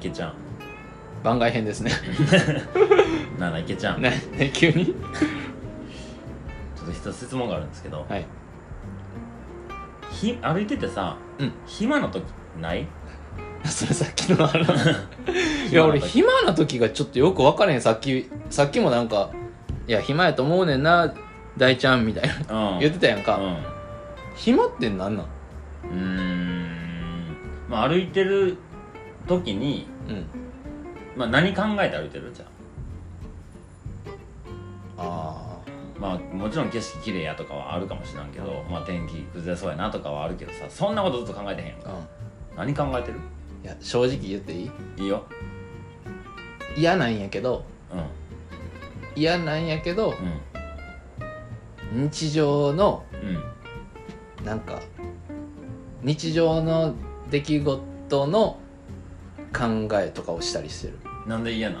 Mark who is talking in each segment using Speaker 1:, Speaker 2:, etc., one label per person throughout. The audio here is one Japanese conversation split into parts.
Speaker 1: けちゃん
Speaker 2: 番外編ですね
Speaker 1: なあいけちゃん、
Speaker 2: ね ね急に
Speaker 1: ちょっと一つ質問があるんですけど、
Speaker 2: はい
Speaker 1: ひ歩いててさ、
Speaker 2: うん
Speaker 1: 暇な時ない
Speaker 2: それさっきのあのいや俺
Speaker 1: 暇
Speaker 2: 暇な時がちょっとよく分からへんさっきさっきもなんか「いや暇やと思うねんな大ちゃん」みたいな
Speaker 1: な時
Speaker 2: 言ってたやんか、
Speaker 1: うん
Speaker 2: 暇ってなんなん
Speaker 1: うんうーんまあ歩いてる時に、
Speaker 2: うん
Speaker 1: まあ、何考えて歩いてるじゃん
Speaker 2: ああ
Speaker 1: まあもちろん景色綺麗やとかはあるかもしれんけど、まあ、天気崩れそうやなとかはあるけどさそんなことずっと考えてへんやんか
Speaker 2: う
Speaker 1: 何考えてる
Speaker 2: んいや正直言っていい
Speaker 1: いいよ
Speaker 2: 嫌なんやけど
Speaker 1: うん
Speaker 2: 嫌なんやけど
Speaker 1: うん
Speaker 2: 日常の
Speaker 1: うん
Speaker 2: なんか日常の出来事の考えとかをしたりしてる
Speaker 1: なんで嫌なん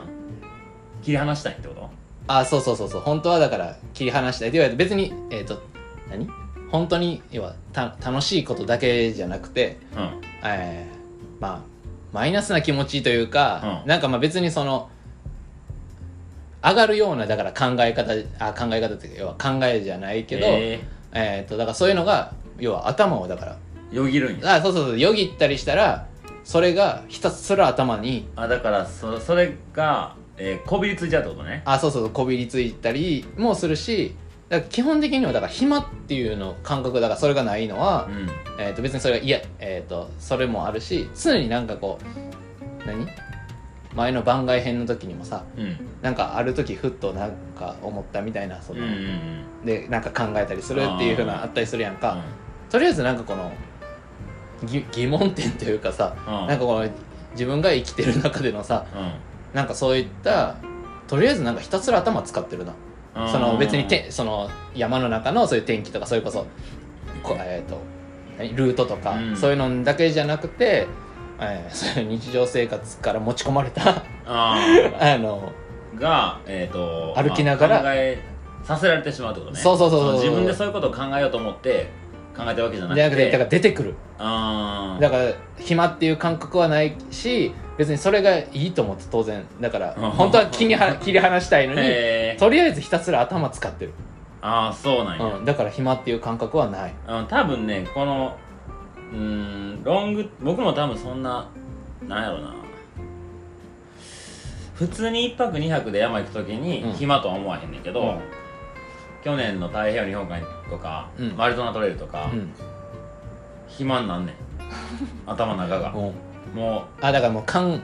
Speaker 1: 切り離したいってこと
Speaker 2: あそうそうそうそう本当はだから切り離したいでは別にえっ、と何本当に要はた楽しいことだけじゃなくて、
Speaker 1: うん
Speaker 2: えーまあマイナスな気持ちというか、
Speaker 1: うん
Speaker 2: なんかまあ別にその上がるようなだから考え方あ考え方っていうか要は考えじゃないけど、えっ
Speaker 1: え
Speaker 2: とだからそういうのが要は頭をだから
Speaker 1: ーよぎるんや
Speaker 2: あそうそうそうよぎったりしたらそれがひたすら頭に
Speaker 1: あだからそそれが、えーこびりついちゃうってことね
Speaker 2: あそうそうこびりついたりもするしだから基本的にはだから暇っていうの感覚だからそれがないのは
Speaker 1: う、ん
Speaker 2: えー、と別にそれが嫌、えー、とそれもあるし常になんかこう何前の番外編の時にもさ
Speaker 1: うん
Speaker 2: なんかある時ふっとなんか思ったみたいなそ
Speaker 1: うん
Speaker 2: の、
Speaker 1: うんうん
Speaker 2: でなんか考えたりするっていうふうな
Speaker 1: あー
Speaker 2: あったりするやんか、とりあえずなんかこのぎ疑問点というかさ
Speaker 1: うん
Speaker 2: なんかこの自分が生きてる中でのさなんかそういったとりあえずなんかひたすら頭使ってるな
Speaker 1: うん
Speaker 2: その別にてその山の中のそういう天気とかそれこそこえっ、と何ルートとか、
Speaker 1: うん
Speaker 2: そういうのだけじゃなくて、えーそういう日常生活から持ち込まれた
Speaker 1: あ
Speaker 2: あの
Speaker 1: ーがえっ、と
Speaker 2: 歩きながら
Speaker 1: まあ考えさせられてしまうってことね
Speaker 2: そうそうそうそう
Speaker 1: の自分でそういうことを考えようと思って考えてるわけじゃなく
Speaker 2: じゃなくて
Speaker 1: て
Speaker 2: だから出てくる
Speaker 1: あー
Speaker 2: だから暇っていう感覚はないし別にそれがいいと思って当然だから
Speaker 1: うん
Speaker 2: 本当は気には切り離したいのに
Speaker 1: へー
Speaker 2: とりあえずひたすら頭使ってる、
Speaker 1: ああそうなんや、
Speaker 2: うん、だから暇っていう感覚はない
Speaker 1: あの多分ねこのうーんロング僕も多分そんななんやろな普通に1泊2泊で山行く時に
Speaker 2: うん
Speaker 1: 暇とは思わへんねんけど、
Speaker 2: うん
Speaker 1: 去年の太平洋日本海とか、
Speaker 2: うん
Speaker 1: マルトナトレイルとか、
Speaker 2: うん、
Speaker 1: 暇になん ねん頭の中が
Speaker 2: うん、
Speaker 1: も
Speaker 2: あだからもう感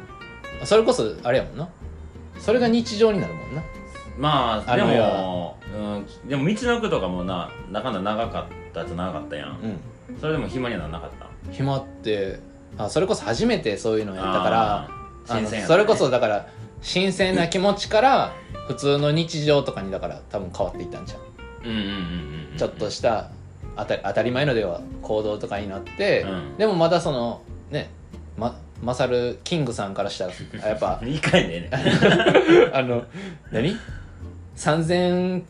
Speaker 2: それこそあれやもんなそれが日常になるもんな
Speaker 1: うまあ
Speaker 2: あ
Speaker 1: で
Speaker 2: の
Speaker 1: も、うん、でも道の奥とかもななかなか長かったじゃ長かったやん、
Speaker 2: う
Speaker 1: それでも暇にはならなかった
Speaker 2: ん暇ってあそれこそ初めてそういうのやったから
Speaker 1: あー
Speaker 2: あの
Speaker 1: 新鮮やったね
Speaker 2: それこそだから新鮮な気持ちから普通の日常とかにだから多分変わっていったんじゃん、
Speaker 1: うんうんうんうんうん
Speaker 2: ちょっとしたあた当たり前のでは行動とかになって、
Speaker 1: うん
Speaker 2: でもまだそのねまマサルキングさんからしたらや っぱ
Speaker 1: 2回でね
Speaker 2: あの何 ?3000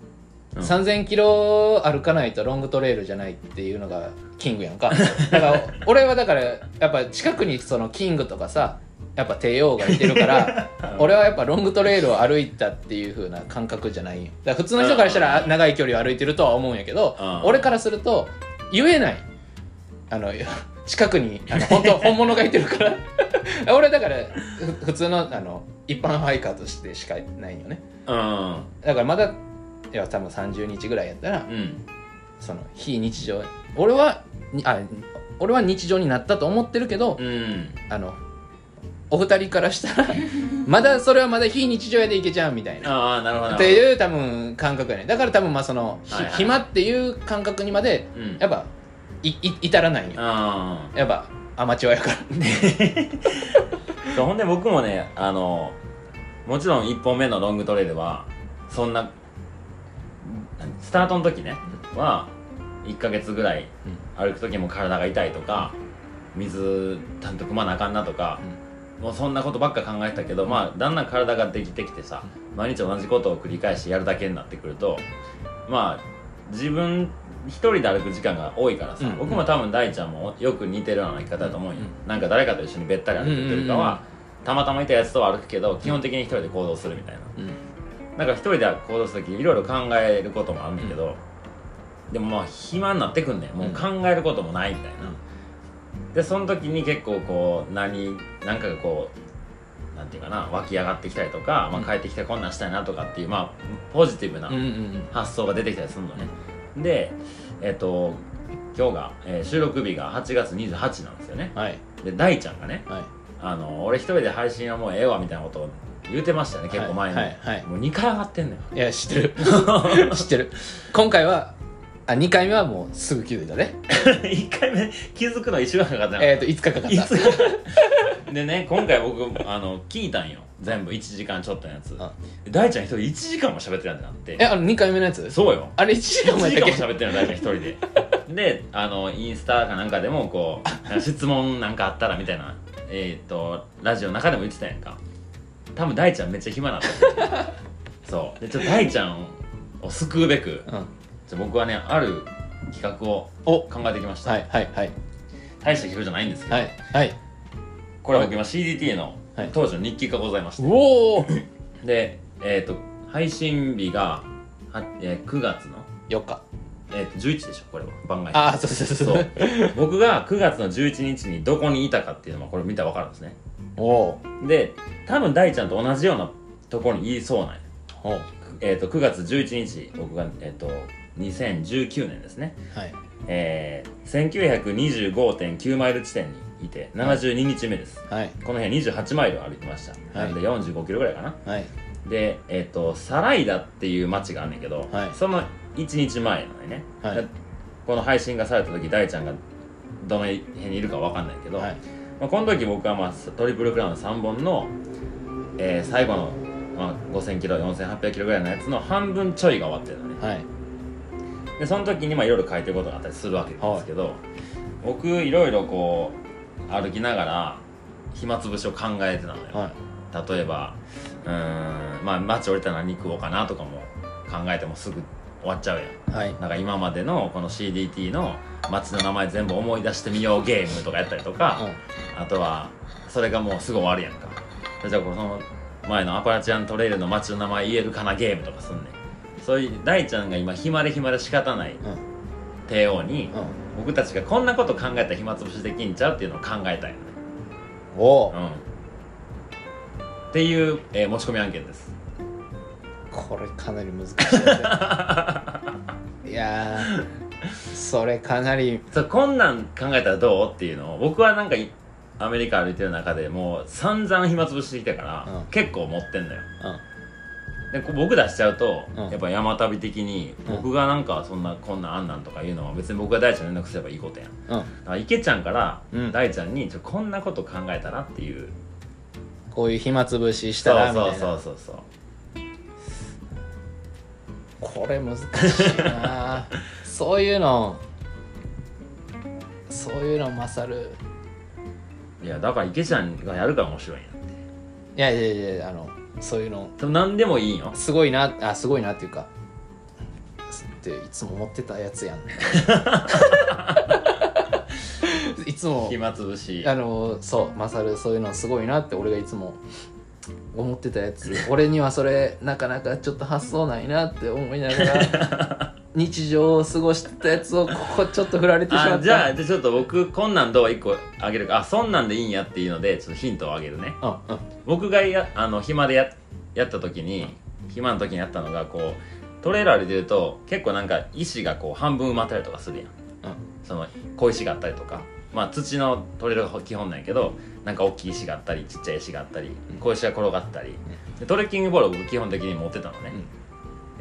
Speaker 1: うん
Speaker 2: 3000キロ歩かないとロングトレイルじゃないっていうのがキングやんかだ から俺はだからやっぱ近くにそのキングとかさやっぱ帝王がいてるから俺はやっぱロングトレイルを歩いたっていう風な感覚じゃないよだから普通の人からしたら
Speaker 1: う
Speaker 2: あ
Speaker 1: ん
Speaker 2: 長い距離を歩いてるとは思うんやけど
Speaker 1: うん
Speaker 2: 俺からすると言えないあの近くにあ の本当本物がいてるから俺だからふ普通のあの一般ハイカーとしてしかないよね
Speaker 1: うん
Speaker 2: だからまだいや多分30日ぐらいやったら
Speaker 1: うん
Speaker 2: その非日常俺はにあ俺は日常になったと思ってるけど、
Speaker 1: うん
Speaker 2: あのお二人からし たらまだそれはまだ非日常やでいけちゃうみたいな。
Speaker 1: ああなるほどなるほど
Speaker 2: っていう多分感覚やねだから多分まあその、ひ
Speaker 1: はいはい
Speaker 2: 暇っていう感覚にまで
Speaker 1: うん
Speaker 2: やっぱいい至らないよ
Speaker 1: あ
Speaker 2: やっぱアマチュアやから
Speaker 1: あそうほんで僕もねあのもちろん1本目のロングトレイルはそんなスタートの時ねは1ヶ月ぐらい歩く時も体が痛いとか水ちゃんと汲まなあかんなとか、もうそんなことばっか考えてたけど、まあだんだん体ができてきてさ毎日同じことを繰り返しやるだけになってくるとまあ自分一人で歩く時間が多いからさ、
Speaker 2: うん
Speaker 1: 僕も多分大ちゃんもよく似てるような生き方だと思うよ、
Speaker 2: うん
Speaker 1: なんか誰かと一緒にべったり歩くというよりかは、たまたまいたやつとは歩くけど基本的に一人で行動するみたいな
Speaker 2: うん
Speaker 1: なんか一人で行動するときいろいろ考えることもあるんだけど、でもまあ暇になってくんねんもう考えることもないみたいな、でその時に結構こう何何かがこうなんていうかな湧き上がってきたりとか、ま
Speaker 2: うん
Speaker 1: あ、帰ってきてこんなんしたいなとかっていうまあポジティブな
Speaker 2: うんうん
Speaker 1: 発想が出てきたりするのね、でえっ、と今日が、えー収録日が8月28なんですよね
Speaker 2: うんはい
Speaker 1: で大ちゃんがね
Speaker 2: はい
Speaker 1: あの俺一人で配信はもうええわみたいなことを言うてましたよね結構前に、
Speaker 2: はいはいはい
Speaker 1: もう2回上がって んのよ
Speaker 2: いや知ってる知ってる今回はあ2回目はもうすぐ気づいたね
Speaker 1: 1回目気づくの1週間かかった
Speaker 2: えっ、と5日かかった
Speaker 1: いつ でね今回僕あの聞いたんよ全部1時間ちょっとのやつ
Speaker 2: あ
Speaker 1: 大ちゃん一人1時間も喋ってないんだって
Speaker 2: えあの2回目のやつ
Speaker 1: そうよ
Speaker 2: あれ1時間
Speaker 1: 1
Speaker 2: もやっ
Speaker 1: 時間も
Speaker 2: たっけ
Speaker 1: 喋ってるの大ちゃん一人でであのインスタかなんかでもこう質問なんかあったらみたいなえっ、とラジオの中でも言ってたやんか多分大ちゃんめっちゃ暇なんだそうでちょっと大ちゃんを救うべく
Speaker 2: うん、
Speaker 1: ちょ僕はねある企画を
Speaker 2: お
Speaker 1: 考えてきました、
Speaker 2: はいはいはい
Speaker 1: 大した企画じゃないんですけど、
Speaker 2: はいはい
Speaker 1: これ僕今 CDT の
Speaker 2: はい
Speaker 1: 当時の日記がございまして、
Speaker 2: おお4
Speaker 1: で、えっと配信日が、はえー9月の、
Speaker 2: 日
Speaker 1: えー、と11でしょこれは番外
Speaker 2: ああそうそうそう
Speaker 1: そ
Speaker 2: そうう
Speaker 1: 僕が9月の11日にどこにいたかっていうのはこれ見たら分かるんですね
Speaker 2: おお
Speaker 1: で多分大ちゃんと同じようなところにいそうなんや、
Speaker 2: おは
Speaker 1: えー、と9月11日僕が、えっと2019年ですね
Speaker 2: い
Speaker 1: えー、1925.9マイル地点にいて72日目です、
Speaker 2: はい
Speaker 1: この辺28マイル歩きました、
Speaker 2: はい
Speaker 1: なんで45キロぐらいかな
Speaker 2: はい
Speaker 1: で、えっとサライダっていう町があんねんけど、
Speaker 2: はい
Speaker 1: その1日前なのよね、
Speaker 2: はい
Speaker 1: だこの配信がされた時大ちゃんがどの辺にいるかわかんないけど、
Speaker 2: はい
Speaker 1: まあ、この時僕は、まあ、トリプルクラウン3本の、えー最後の、まあ、5000キロ4800キロぐらいのやつの半分ちょいが終わってるのね
Speaker 2: はい
Speaker 1: でその時にまあいろいろ書いてることがあったりするわけなんですけど、僕いろいろこう歩きながら暇つぶしを考えてたのよ、
Speaker 2: はい
Speaker 1: 例えばうーんまあ街降りたら何食おうかなとかも考えてもすぐ終わっちゃうやん
Speaker 2: はい
Speaker 1: なんか今までのこの CDT の街の名前全部思い出してみようゲームとかやったりとか、あとはそれがもうすぐ終わるやんかじゃあこの前のアパラチアントレイルの街の名前言えるかなゲームとかすんねんそういう大ちゃんが今暇で暇で仕方ない
Speaker 2: うんうん
Speaker 1: 帝王に
Speaker 2: うん
Speaker 1: 僕たちがこんなこと考えたら暇つぶしできんちゃうっていうのを考えたいよね
Speaker 2: おお
Speaker 1: うんっていう、えー持ち込み案件です
Speaker 2: これかなり難しいや ついやーそれかなり
Speaker 1: そうこんなん考えたらどうっていうのを僕はなんかいアメリカ歩いてる中でもう散々暇つぶしてきたから、
Speaker 2: うん
Speaker 1: 結構持ってんのよ
Speaker 2: う
Speaker 1: でこう僕出しちゃうと、
Speaker 2: うん
Speaker 1: やっぱ山旅的に
Speaker 2: うん
Speaker 1: 僕がなんかそんなこんなんあんなんとかいうのは別に僕が大ちゃんに連絡すればいいことやんだ
Speaker 2: んうん
Speaker 1: から池ちゃんから
Speaker 2: うん
Speaker 1: 大ちゃんにちょこんなこと考えたらっていう
Speaker 2: こういう暇つぶしし
Speaker 1: そ
Speaker 2: たら
Speaker 1: う
Speaker 2: みた
Speaker 1: そ
Speaker 2: いうな
Speaker 1: そうそうそう
Speaker 2: これ難しいなそういうのそういうの勝る
Speaker 1: いやだから池ちゃんがやるから面白いんやって
Speaker 2: いやいやいやあのそういうの
Speaker 1: でも何でもいいんよ
Speaker 2: すごいなあすごいなっていうかっていつも思ってたやつやんいつも
Speaker 1: 暇つぶし
Speaker 2: あのそう勝るそういうのすごいなって俺がいつも思ってたやつ俺にはそれなかなかちょっと発想ないなって思いながら 日常を過ごしてたやつをここちょっと振られてしまった
Speaker 1: あじゃあじゃあちょっと僕こんなんどう一個あげるかあそんなんでいいんやっていうのでちょっとヒントをあげるね
Speaker 2: うんうん
Speaker 1: 僕がやあの暇でややった時に暇の時にやったのがこうトレーラーで出ると結構なんか石がこう半分埋まったりとかするやんその小石があったりとかまあ土のトレーラーが基本なんやけどなんか大きい石があったりちっちゃい石があったり小石が転がったりでトレッキングボールを僕基本的に持ってたのね、
Speaker 2: うん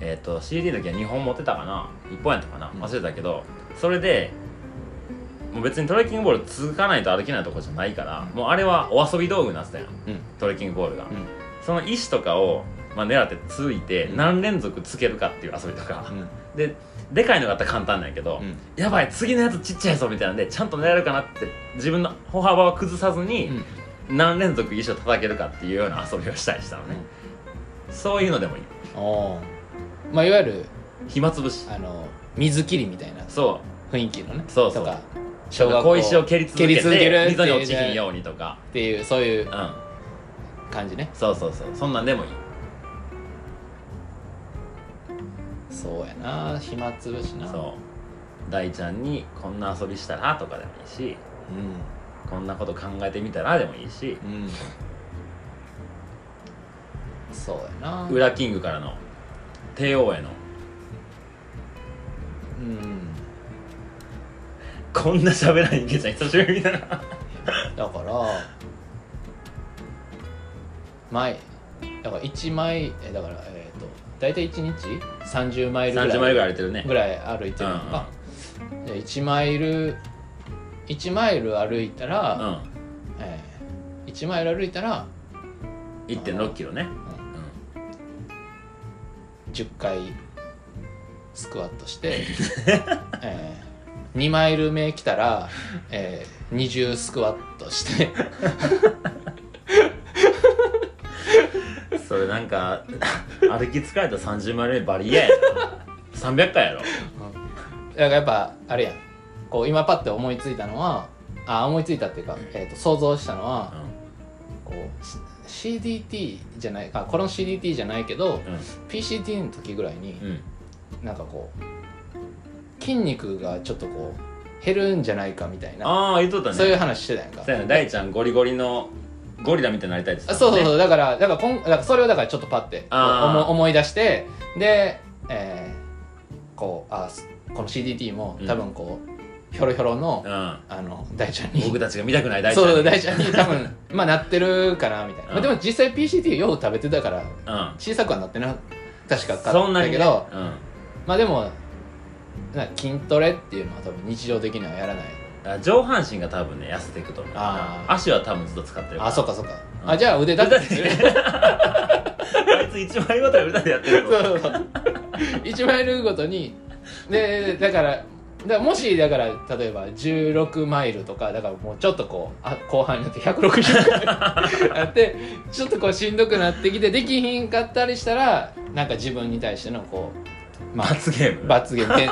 Speaker 1: えっ、と CD の時は2本持ってたかな1本やったかな
Speaker 2: うん
Speaker 1: 忘れたけど、それでもう別にトレッキングボール続かないと歩けないとこじゃないから、もうあれはお遊び道具になってたやん
Speaker 2: うん
Speaker 1: トレッキングボールが、
Speaker 2: うん
Speaker 1: その石とかを、まあ、狙ってついて
Speaker 2: うん
Speaker 1: 何連続つけるかっていう遊びとか、
Speaker 2: うん
Speaker 1: ででかいのがあったら簡単なんやけど、
Speaker 2: うん
Speaker 1: やばい次のやつちっちゃいぞみたいなんでちゃんと狙えるかなって自分の歩幅は崩さずに、
Speaker 2: うん
Speaker 1: 何連続石を叩けるかっていうような遊びをしたりしたのね、そういうのでもいい
Speaker 2: おーまあいわゆる
Speaker 1: 暇つぶし
Speaker 2: あの水切りみたいな
Speaker 1: そう
Speaker 2: 雰囲気のね
Speaker 1: そうそう
Speaker 2: とか小学校
Speaker 1: 小石を蹴り続け
Speaker 2: 蹴り続ける
Speaker 1: て
Speaker 2: って
Speaker 1: 溝に
Speaker 2: いう
Speaker 1: 落ちひんようにとか
Speaker 2: っていうそういう
Speaker 1: うん
Speaker 2: 感じね
Speaker 1: そうそうそうそんなんでもいい
Speaker 2: そうやな暇つぶしな
Speaker 1: そう大ちゃんにこんな遊びしたらとかでもいいし
Speaker 2: う
Speaker 1: こんなこと考えてみたらでもいいし
Speaker 2: んうんそうやな
Speaker 1: 裏キングからの帝王への
Speaker 2: うん
Speaker 1: こんな喋らんいけちゃん久しぶりだな
Speaker 2: だから前だから1枚えだからえっ、と大体1日30マイルぐらい
Speaker 1: 30枚ぐらい歩いてるね
Speaker 2: ぐらい歩いてるのか、で1マイル1マイル歩いた
Speaker 1: う
Speaker 2: ら、
Speaker 1: ん
Speaker 2: えー、1マイル歩いたら
Speaker 1: 1 6キロね
Speaker 2: 10回スクワットして、 えー、2マイル目来たら、えー、20スクワット して
Speaker 1: うんそれなん か歩き疲れた30マイルバリエやな300回やろ
Speaker 2: だからやっぱあれやんこう今パッて思いついたのはあ思いついたっていうか、えー、と想像したのはこうし CDT じゃないあこの CDT じゃないけど、
Speaker 1: うん
Speaker 2: PCT の時ぐらいに
Speaker 1: う、ん
Speaker 2: なんかこう筋肉がちょっとこう減るんじゃないかみたいな、
Speaker 1: ああ言っとったね
Speaker 2: そういう話してたやんか
Speaker 1: そうやね大ちゃんゴリゴリのゴリラみたいになりたいって
Speaker 2: あ
Speaker 1: 言って
Speaker 2: そ
Speaker 1: たも
Speaker 2: う
Speaker 1: ん
Speaker 2: そう
Speaker 1: ね
Speaker 2: そう、だからだからこんだからそれをだからちょっとパッて
Speaker 1: あー
Speaker 2: 思思い出してで、えーこうあすこの CDT も多分こう、ひょろひょろの、あの大ちゃんに
Speaker 1: うん僕たちが見たくない大ちゃん
Speaker 2: そう
Speaker 1: に
Speaker 2: 大ちゃんに多 分まあなってるかなみたいな、まあ、でも実際 PCT よう食べてたから
Speaker 1: うん
Speaker 2: 小さくはなってな確か買
Speaker 1: そ
Speaker 2: っ
Speaker 1: んな
Speaker 2: た
Speaker 1: に
Speaker 2: け
Speaker 1: ね
Speaker 2: ど、
Speaker 1: うん
Speaker 2: まあでもな筋トレっていうのは多分日常的にはやらない
Speaker 1: だから上半身が多分ね痩せていくと思う
Speaker 2: あー
Speaker 1: 足は多分ずっと使ってるから
Speaker 2: あそっかそっか、
Speaker 1: うん
Speaker 2: あじゃあ腕立てする
Speaker 1: あいつ一枚ごとに歌でやってる
Speaker 2: そ
Speaker 1: の
Speaker 2: う1マイルごとにでだからだからもしだから例えば16マイルとかだからもうちょっとこうあ後半になって160回やってちょっとこうしんどくなってきてできひんかったりしたらなんか自分に対してのこ う、まあ、
Speaker 1: 罰ゲーム
Speaker 2: 罰ゲームペン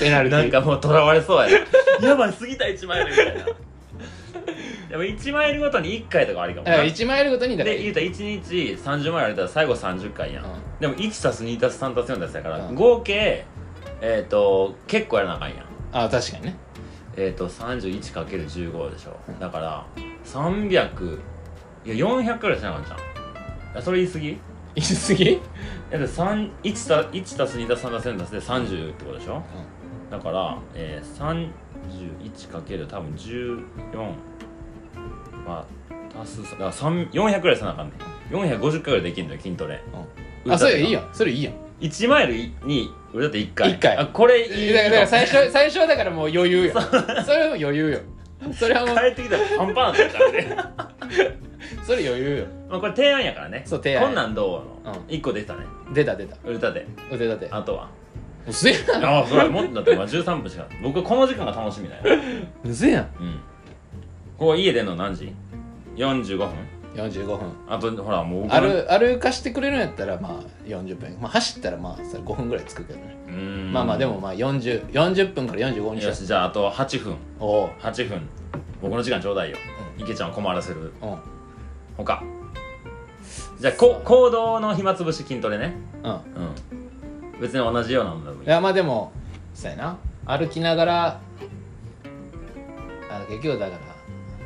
Speaker 2: ペナルティ
Speaker 1: なんかもう囚われそうやなやばい過ぎた1マイルみたいなでも1マイルごとに1回とかありかも
Speaker 2: だから
Speaker 1: な
Speaker 2: 1マイルごとにだから
Speaker 1: で言うたら1日30マイル歩いたら最後30回やん、
Speaker 2: うん
Speaker 1: でも 1+2+3+4+ やから、
Speaker 2: うん
Speaker 1: 合計えっ、と結構やらなあかんやん
Speaker 2: あ確かにね
Speaker 1: えっ、ー、と 31×15 でしょだから300いや400くらいしなあかんじゃんあそれ言い過ぎ
Speaker 2: 言い過ぎ
Speaker 1: だって3 1た1たす2たす3たす4たすで30ってことでしょ、だから、えー、31かける多分14まあ足すだから3 400ぐらいさなあかんねん450回ぐらいできんのよ筋トレ
Speaker 2: あそれいいやんそれいいやん
Speaker 1: 1マイルに俺だって1回
Speaker 2: 一回
Speaker 1: あこれいい
Speaker 2: だからだから最初最初はだからもう余裕よそれはもう余裕よそれはもう
Speaker 1: 帰ってきたらパンパンだったからね
Speaker 2: それ余裕よ
Speaker 1: まあこれ提案やからね
Speaker 2: そう提案
Speaker 1: こんなんどうの、
Speaker 2: うん
Speaker 1: 一1個できたね
Speaker 2: 出た出た
Speaker 1: 歌で
Speaker 2: 腕立て
Speaker 1: あとは
Speaker 2: うせや
Speaker 1: ああそれもっとだってまあ13分しか僕はこの時間が楽しみだよ
Speaker 2: んうせやん
Speaker 1: うんここ家出んの何時 ?45 分
Speaker 2: 45分
Speaker 1: あとほらもう僕の
Speaker 2: 歩歩かしてくれるんやったらまあ40分、まあ、走ったらまあそれ5分ぐらいつくけどね、
Speaker 1: うーん
Speaker 2: まあまあでもまあ4040分から45にし
Speaker 1: よ
Speaker 2: よ
Speaker 1: しじゃああと8分
Speaker 2: うおう
Speaker 1: 8分僕の時間ちょうだいよ、池ちゃんを困らせる
Speaker 2: うん
Speaker 1: ほかじゃあこ行動の暇つぶし筋トレね
Speaker 2: うん
Speaker 1: うん別に同じようなものでもい
Speaker 2: い
Speaker 1: い
Speaker 2: やまあでもそうやな歩きながらあの結局だか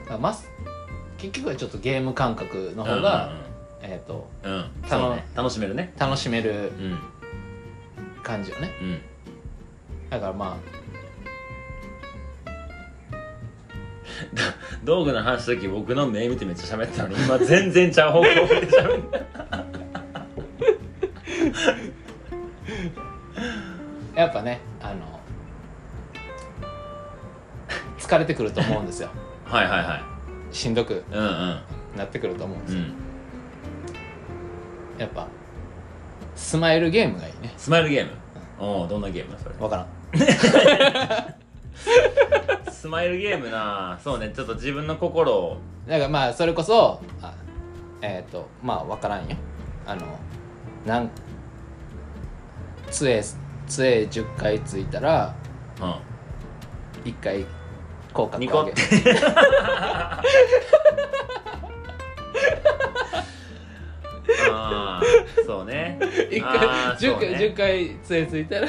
Speaker 2: らあマス結局はちょっとゲーム感覚の方が、えっ、と
Speaker 1: うんうん、うんうん
Speaker 2: 楽
Speaker 1: そうね、楽しめるね
Speaker 2: 楽しめる
Speaker 1: うん
Speaker 2: 感じよね
Speaker 1: うん
Speaker 2: だからま
Speaker 1: 道具の話す時僕の目見てめっちゃ喋ってたのに今全然ちゃう方向で喋って
Speaker 2: あやっぱねあの疲れてくると思うんで すよ
Speaker 1: たはいはいはい
Speaker 2: しんどく
Speaker 1: うんうん
Speaker 2: なってくると思うんで
Speaker 1: う
Speaker 2: すよ、
Speaker 1: ん
Speaker 2: やっぱスマイルゲームがいいね
Speaker 1: スマイルゲームおおどんなゲームだそれ
Speaker 2: わからん
Speaker 1: スマイルゲームなそうねちょっと自分の心を
Speaker 2: だからまあそれこそあえっ、とまあ分からんよあのなん杖杖10回ついたら
Speaker 1: うん
Speaker 2: 1回口角
Speaker 1: ニ
Speaker 2: 上
Speaker 1: コ
Speaker 2: げ
Speaker 1: ってああそうね
Speaker 2: 一
Speaker 1: あー
Speaker 2: 回10
Speaker 1: そうね
Speaker 2: 回十回つえついたら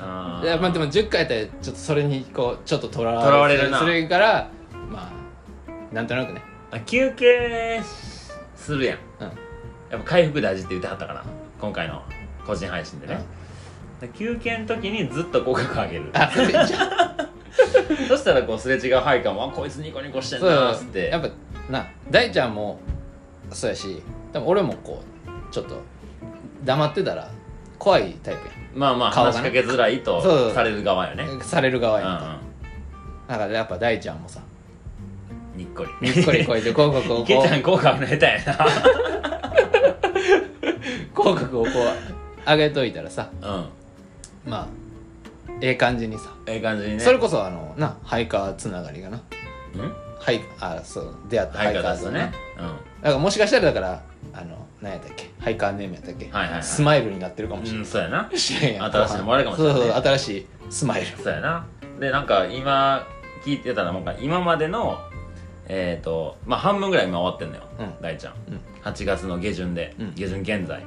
Speaker 1: あ
Speaker 2: いやまあでも10回やったらちょっとそれにこうちょっととら
Speaker 1: とらわれるな
Speaker 2: それからまあなんとなくね
Speaker 1: あ休憩するやん、
Speaker 2: うん
Speaker 1: やっぱ回復大事って言ってはったから今回の個人配信でね、で休憩の時にずっと口角上げ る
Speaker 2: あそれじゃ
Speaker 1: そしたらこうすれ違う配下も「あこいつニコニコしてんな」っつって
Speaker 2: やっぱな大ちゃんもそうやしでも俺もこうちょっと黙ってたら怖いタイプ
Speaker 1: まあまあ
Speaker 2: 顔が
Speaker 1: 話
Speaker 2: ね
Speaker 1: しかけづらい
Speaker 2: そ
Speaker 1: と
Speaker 2: う
Speaker 1: される側よね
Speaker 2: やんされる側
Speaker 1: う
Speaker 2: や
Speaker 1: ん
Speaker 2: んか、だからやっぱ大ちゃんもさ
Speaker 1: うんにっこり
Speaker 2: にっ こりこいで広告をこ
Speaker 1: 池ちゃん
Speaker 2: う
Speaker 1: 効果の下手や
Speaker 2: 広告をこう上げといたらさ
Speaker 1: なうん
Speaker 2: まあええ感じにさ、
Speaker 1: ええ感じにね
Speaker 2: それこそあのなハイカーつながりがな
Speaker 1: うん
Speaker 2: ハイあそう出会ったハ
Speaker 1: 配
Speaker 2: イカ
Speaker 1: 下
Speaker 2: ー
Speaker 1: だ
Speaker 2: ズ
Speaker 1: と
Speaker 2: ね
Speaker 1: ね
Speaker 2: だからもしかしたらだからあの何やったっけハイカーネームやったっけ、
Speaker 1: はいはいはい
Speaker 2: スマイルになってるかもし
Speaker 1: う
Speaker 2: れ
Speaker 1: ん、う
Speaker 2: ない
Speaker 1: ん、そうやな
Speaker 2: 知らんやん
Speaker 1: 新しいのもあるかもしれないね
Speaker 2: そうそう新しいスマイル
Speaker 1: そうやなでなんか今聞いてたらなんか今までのえっ、とまあ半分ぐらい今終わってんのよ、
Speaker 2: うん
Speaker 1: 大ちゃん、
Speaker 2: うん
Speaker 1: 8月の下旬で、
Speaker 2: うん
Speaker 1: 下旬現在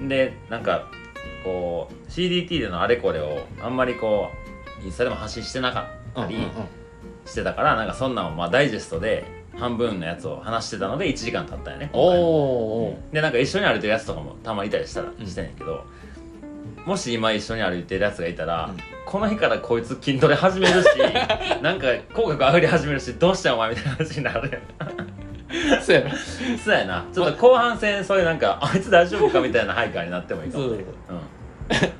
Speaker 2: うん
Speaker 1: でなんかこう CDT でのあれこれをあんまりこうインスタでも発信してなかったりしてたから、なんかそんなんをまあダイジェストで半分のやつを話してたので1時間経ったよね今
Speaker 2: お
Speaker 1: 回
Speaker 2: お
Speaker 1: でなんか一緒に歩いてるやつとかもたまにいたりしたら
Speaker 2: うん
Speaker 1: してんやけど、もし今一緒に歩いてるやつがいたら、
Speaker 2: うん
Speaker 1: この日からこいつ筋トレ始め るしなんか口角上がり始めるしどうしたんお前みたいな話になる
Speaker 2: ーそうやな
Speaker 1: やんそうやなちょっと後半戦そういうなんかあいつ大丈夫かみたいなハイカーになってもいいか
Speaker 2: そ
Speaker 1: も、うん
Speaker 2: う、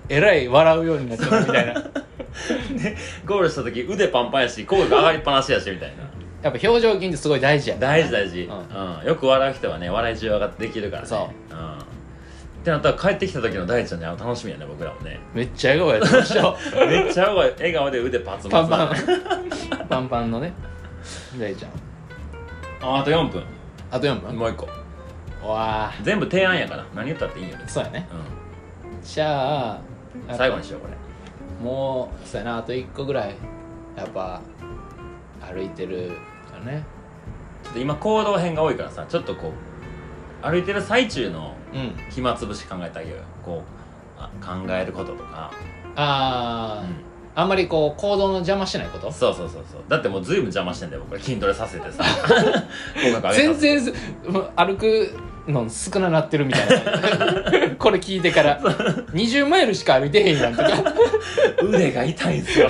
Speaker 2: えらい笑うようになっちゃうみ たいなやっ
Speaker 1: ゴールした時腕パンパンやし口角上がりっぱなしやしみたいな
Speaker 2: ぱ表情筋ってすごい大事やん
Speaker 1: 大事大事、
Speaker 2: うん
Speaker 1: うんよく笑う人はね笑い需要ができるからね
Speaker 2: そ
Speaker 1: うんってなったら帰ってきた時の大ちゃんね楽しみやね僕らもね
Speaker 2: めっちゃ笑顔やってましょ
Speaker 1: めっちゃ笑顔で腕パツ
Speaker 2: パ
Speaker 1: パ
Speaker 2: ン
Speaker 1: ツ
Speaker 2: パンパンパンのね大ちゃん
Speaker 1: ああと4分
Speaker 2: あと4分
Speaker 1: もう一個
Speaker 2: わあ
Speaker 1: 全部提案やから何言ったっていいよね、
Speaker 2: そうやね
Speaker 1: う
Speaker 2: じゃあや
Speaker 1: ん、
Speaker 2: っぱ
Speaker 1: 最後にしようこれ
Speaker 2: もうそうやなあと1個ぐらいやっぱ歩いてるよね
Speaker 1: ちょっと今行動編が多いからさちょっとこう歩いてる最中の
Speaker 2: うん
Speaker 1: 暇つぶし考えてあげようよこうあ考えることとか、
Speaker 2: ああ、
Speaker 1: う
Speaker 2: あんまりこう行動の邪魔しないこと
Speaker 1: ん、そうそうそうそうだってもうずいぶん邪魔してんだよ僕ら筋トレさせてさ口角上げさせて
Speaker 2: 全然すもう歩くの少ななってるみたいな これ聞いてから20マイルしか歩いてへんやんとか
Speaker 1: 腕が痛いんすよ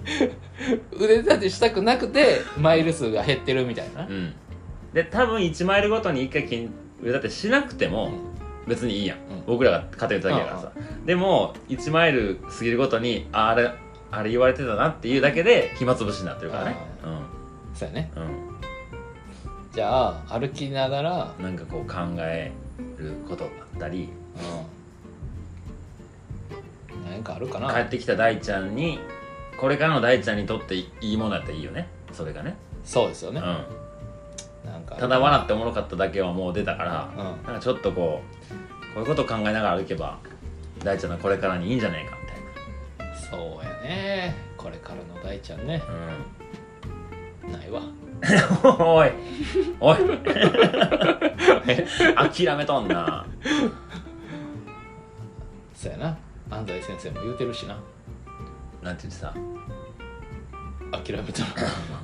Speaker 2: 腕立てしたくなくてマイル数が減ってるみたいな
Speaker 1: うんで多分1マイルごとに1回筋腕立てしなくても、別にいいやん、
Speaker 2: うん
Speaker 1: 僕らが勝てるだけやからさ、でも1マイル過ぎるごとにああれあれ言われてたなっていうだけで暇つぶしになってるからね
Speaker 2: そうやね
Speaker 1: うん
Speaker 2: じゃあ歩きながら
Speaker 1: う、んなんかこう考えることだったり
Speaker 2: うん、なんかあるかな
Speaker 1: 帰ってきた大ちゃんにこれからの大ちゃんにとっていいものだったらいいよねそれがね
Speaker 2: そうですよね
Speaker 1: う、ん
Speaker 2: なんかある
Speaker 1: ただ笑っておもろかっただけはもう出たから、
Speaker 2: うん
Speaker 1: なんかちょっとこうこういうことを考えながら歩けば大ちゃんのこれからにいいんじゃないかみたい
Speaker 2: そうやねこれからの大ちゃんね
Speaker 1: なうん
Speaker 2: ないわ
Speaker 1: おいおい 諦めとんな
Speaker 2: そうやな安西先生も言うてるしな
Speaker 1: なんて言って さ
Speaker 2: 諦めた ら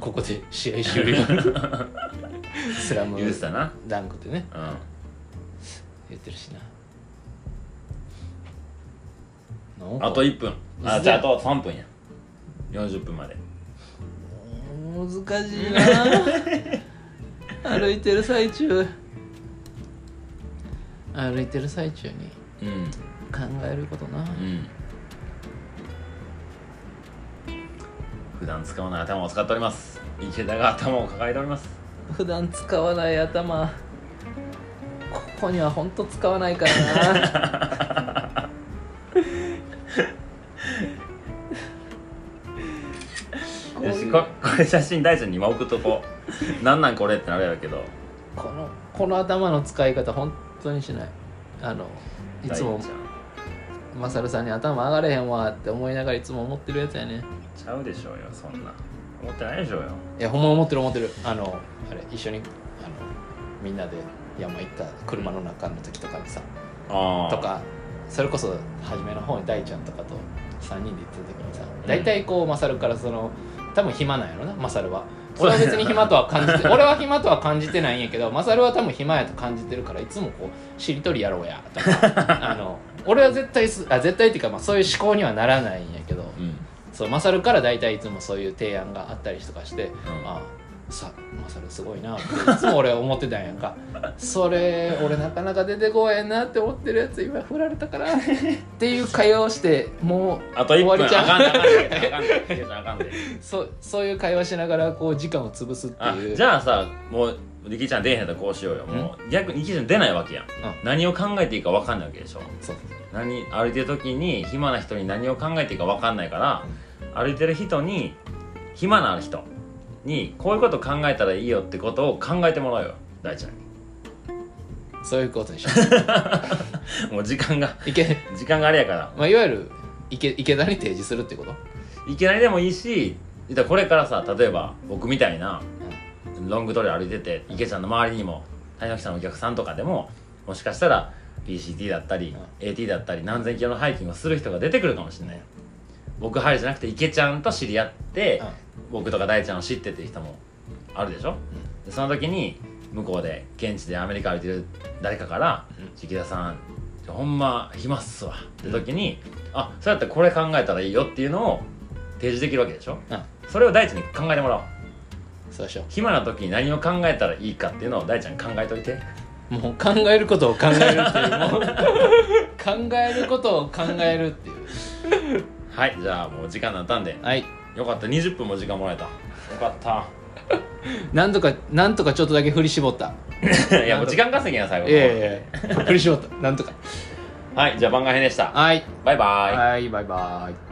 Speaker 2: ここで試合終了 スラム
Speaker 1: 言うてたな
Speaker 2: ダンクってね
Speaker 1: うん
Speaker 2: 言ってるしな
Speaker 1: あと1分あじゃああと3分や40分まで
Speaker 2: 難しいな歩いてる最中歩いてる最中に
Speaker 1: うん
Speaker 2: 考えることな
Speaker 1: うん普段使わない頭を使っております池田が頭を抱えております
Speaker 2: 普段使わない頭ここには本当使わないからな こう
Speaker 1: よ
Speaker 2: い
Speaker 1: し
Speaker 2: う
Speaker 1: ここれ写真大ちゃんに今送っとこうなんなんこれってなるやろうけど
Speaker 2: このこの頭の使い方本当にしないあのいつも
Speaker 1: 大ちゃん
Speaker 2: マサルさんに頭上がれへんわって思いながらいつも思ってるやつやね
Speaker 1: ちゃうでしょうよそんな思ってないでしょうよ
Speaker 2: いやほんま思ってる思ってるあのあれ一緒にあのみんなで山行った車の中の時とかにさ
Speaker 1: ああ
Speaker 2: とかそれこそ初めの方に大ちゃんとかと3人で行ってた時にさ大体こう勝からその多分暇なんやろな勝は俺は別に暇とは感じて俺は暇とは感じてないんやけど勝は多分暇やと感じてるからいつもこうしりとりやろうやとかあの俺は絶対すあ絶対っていうか、まあ、そういう思考にはならないんやけど
Speaker 1: うん
Speaker 2: そう勝から大体いつもそういう提案があったりとかしてあさマサルすごいなっていつも俺思ってたんやんか それ俺なかなか出てこへんなって思ってるやつ今振られたからっていう会話をしても
Speaker 1: あと1
Speaker 2: 終わ
Speaker 1: 分
Speaker 2: りちゃ
Speaker 1: あ
Speaker 2: う
Speaker 1: かんあかんあかんであかんであかんで
Speaker 2: うそうそういう会話しながらこう時間を潰すって
Speaker 1: あ
Speaker 2: いう
Speaker 1: じゃあさもう力ちゃん出えへんやったらこうしようよもう逆に力ちゃん出ないわけやん、何を考えていいか分かんないわけでしょ
Speaker 2: そう
Speaker 1: 何歩いてる時に暇な人に何を考えていいか分かんないから歩いてる人に暇な人にこういうこと考えたらいいよってことを考えてもらうよ大ちゃんに
Speaker 2: そういうことにしよ
Speaker 1: もう時間が
Speaker 2: ういけ、
Speaker 1: 時間があれやから
Speaker 2: まあ、いわゆる池池田に提示するってこと
Speaker 1: いきなりでもいいし言ったらこれからさ例えば僕みたいなロングトレ歩いてて池ちゃんの周りにも谷垣さんのお客さんとかでももしかしたら PCT だったり AT だったり何千キロのハイキングをする人が出てくるかもしれない僕ハイじゃなくて池ちゃんと知り合って僕とか大ちゃんを知ってっていう人もあるでしょ、でその時に向こうで現地でアメリカ歩いてる誰かから
Speaker 2: う
Speaker 1: 「池田さんほんま暇っすわ」って時に「あそうやったらこれ考えたらいいよ」っていうのを提示できるわけでしょ
Speaker 2: うん
Speaker 1: それを大ちゃんに考えてもらおう
Speaker 2: そうしよ
Speaker 1: 暇な時に何を考えたらいいかっていうのを大ちゃん考えといて
Speaker 2: うもう考えることを考えるっていうもう考えることを考えるっていう
Speaker 1: はいじゃあもう時間になったんで
Speaker 2: はい
Speaker 1: よかった20分も時間もらえたよかっ
Speaker 2: なんとかなんとかちょっとだけ振り絞った
Speaker 1: た いやもう時間稼ぎな最後
Speaker 2: いやいやい や振り絞ったなんとか
Speaker 1: はいじゃあ番外編でした
Speaker 2: はい
Speaker 1: バイバイ
Speaker 2: はい、バイバイ。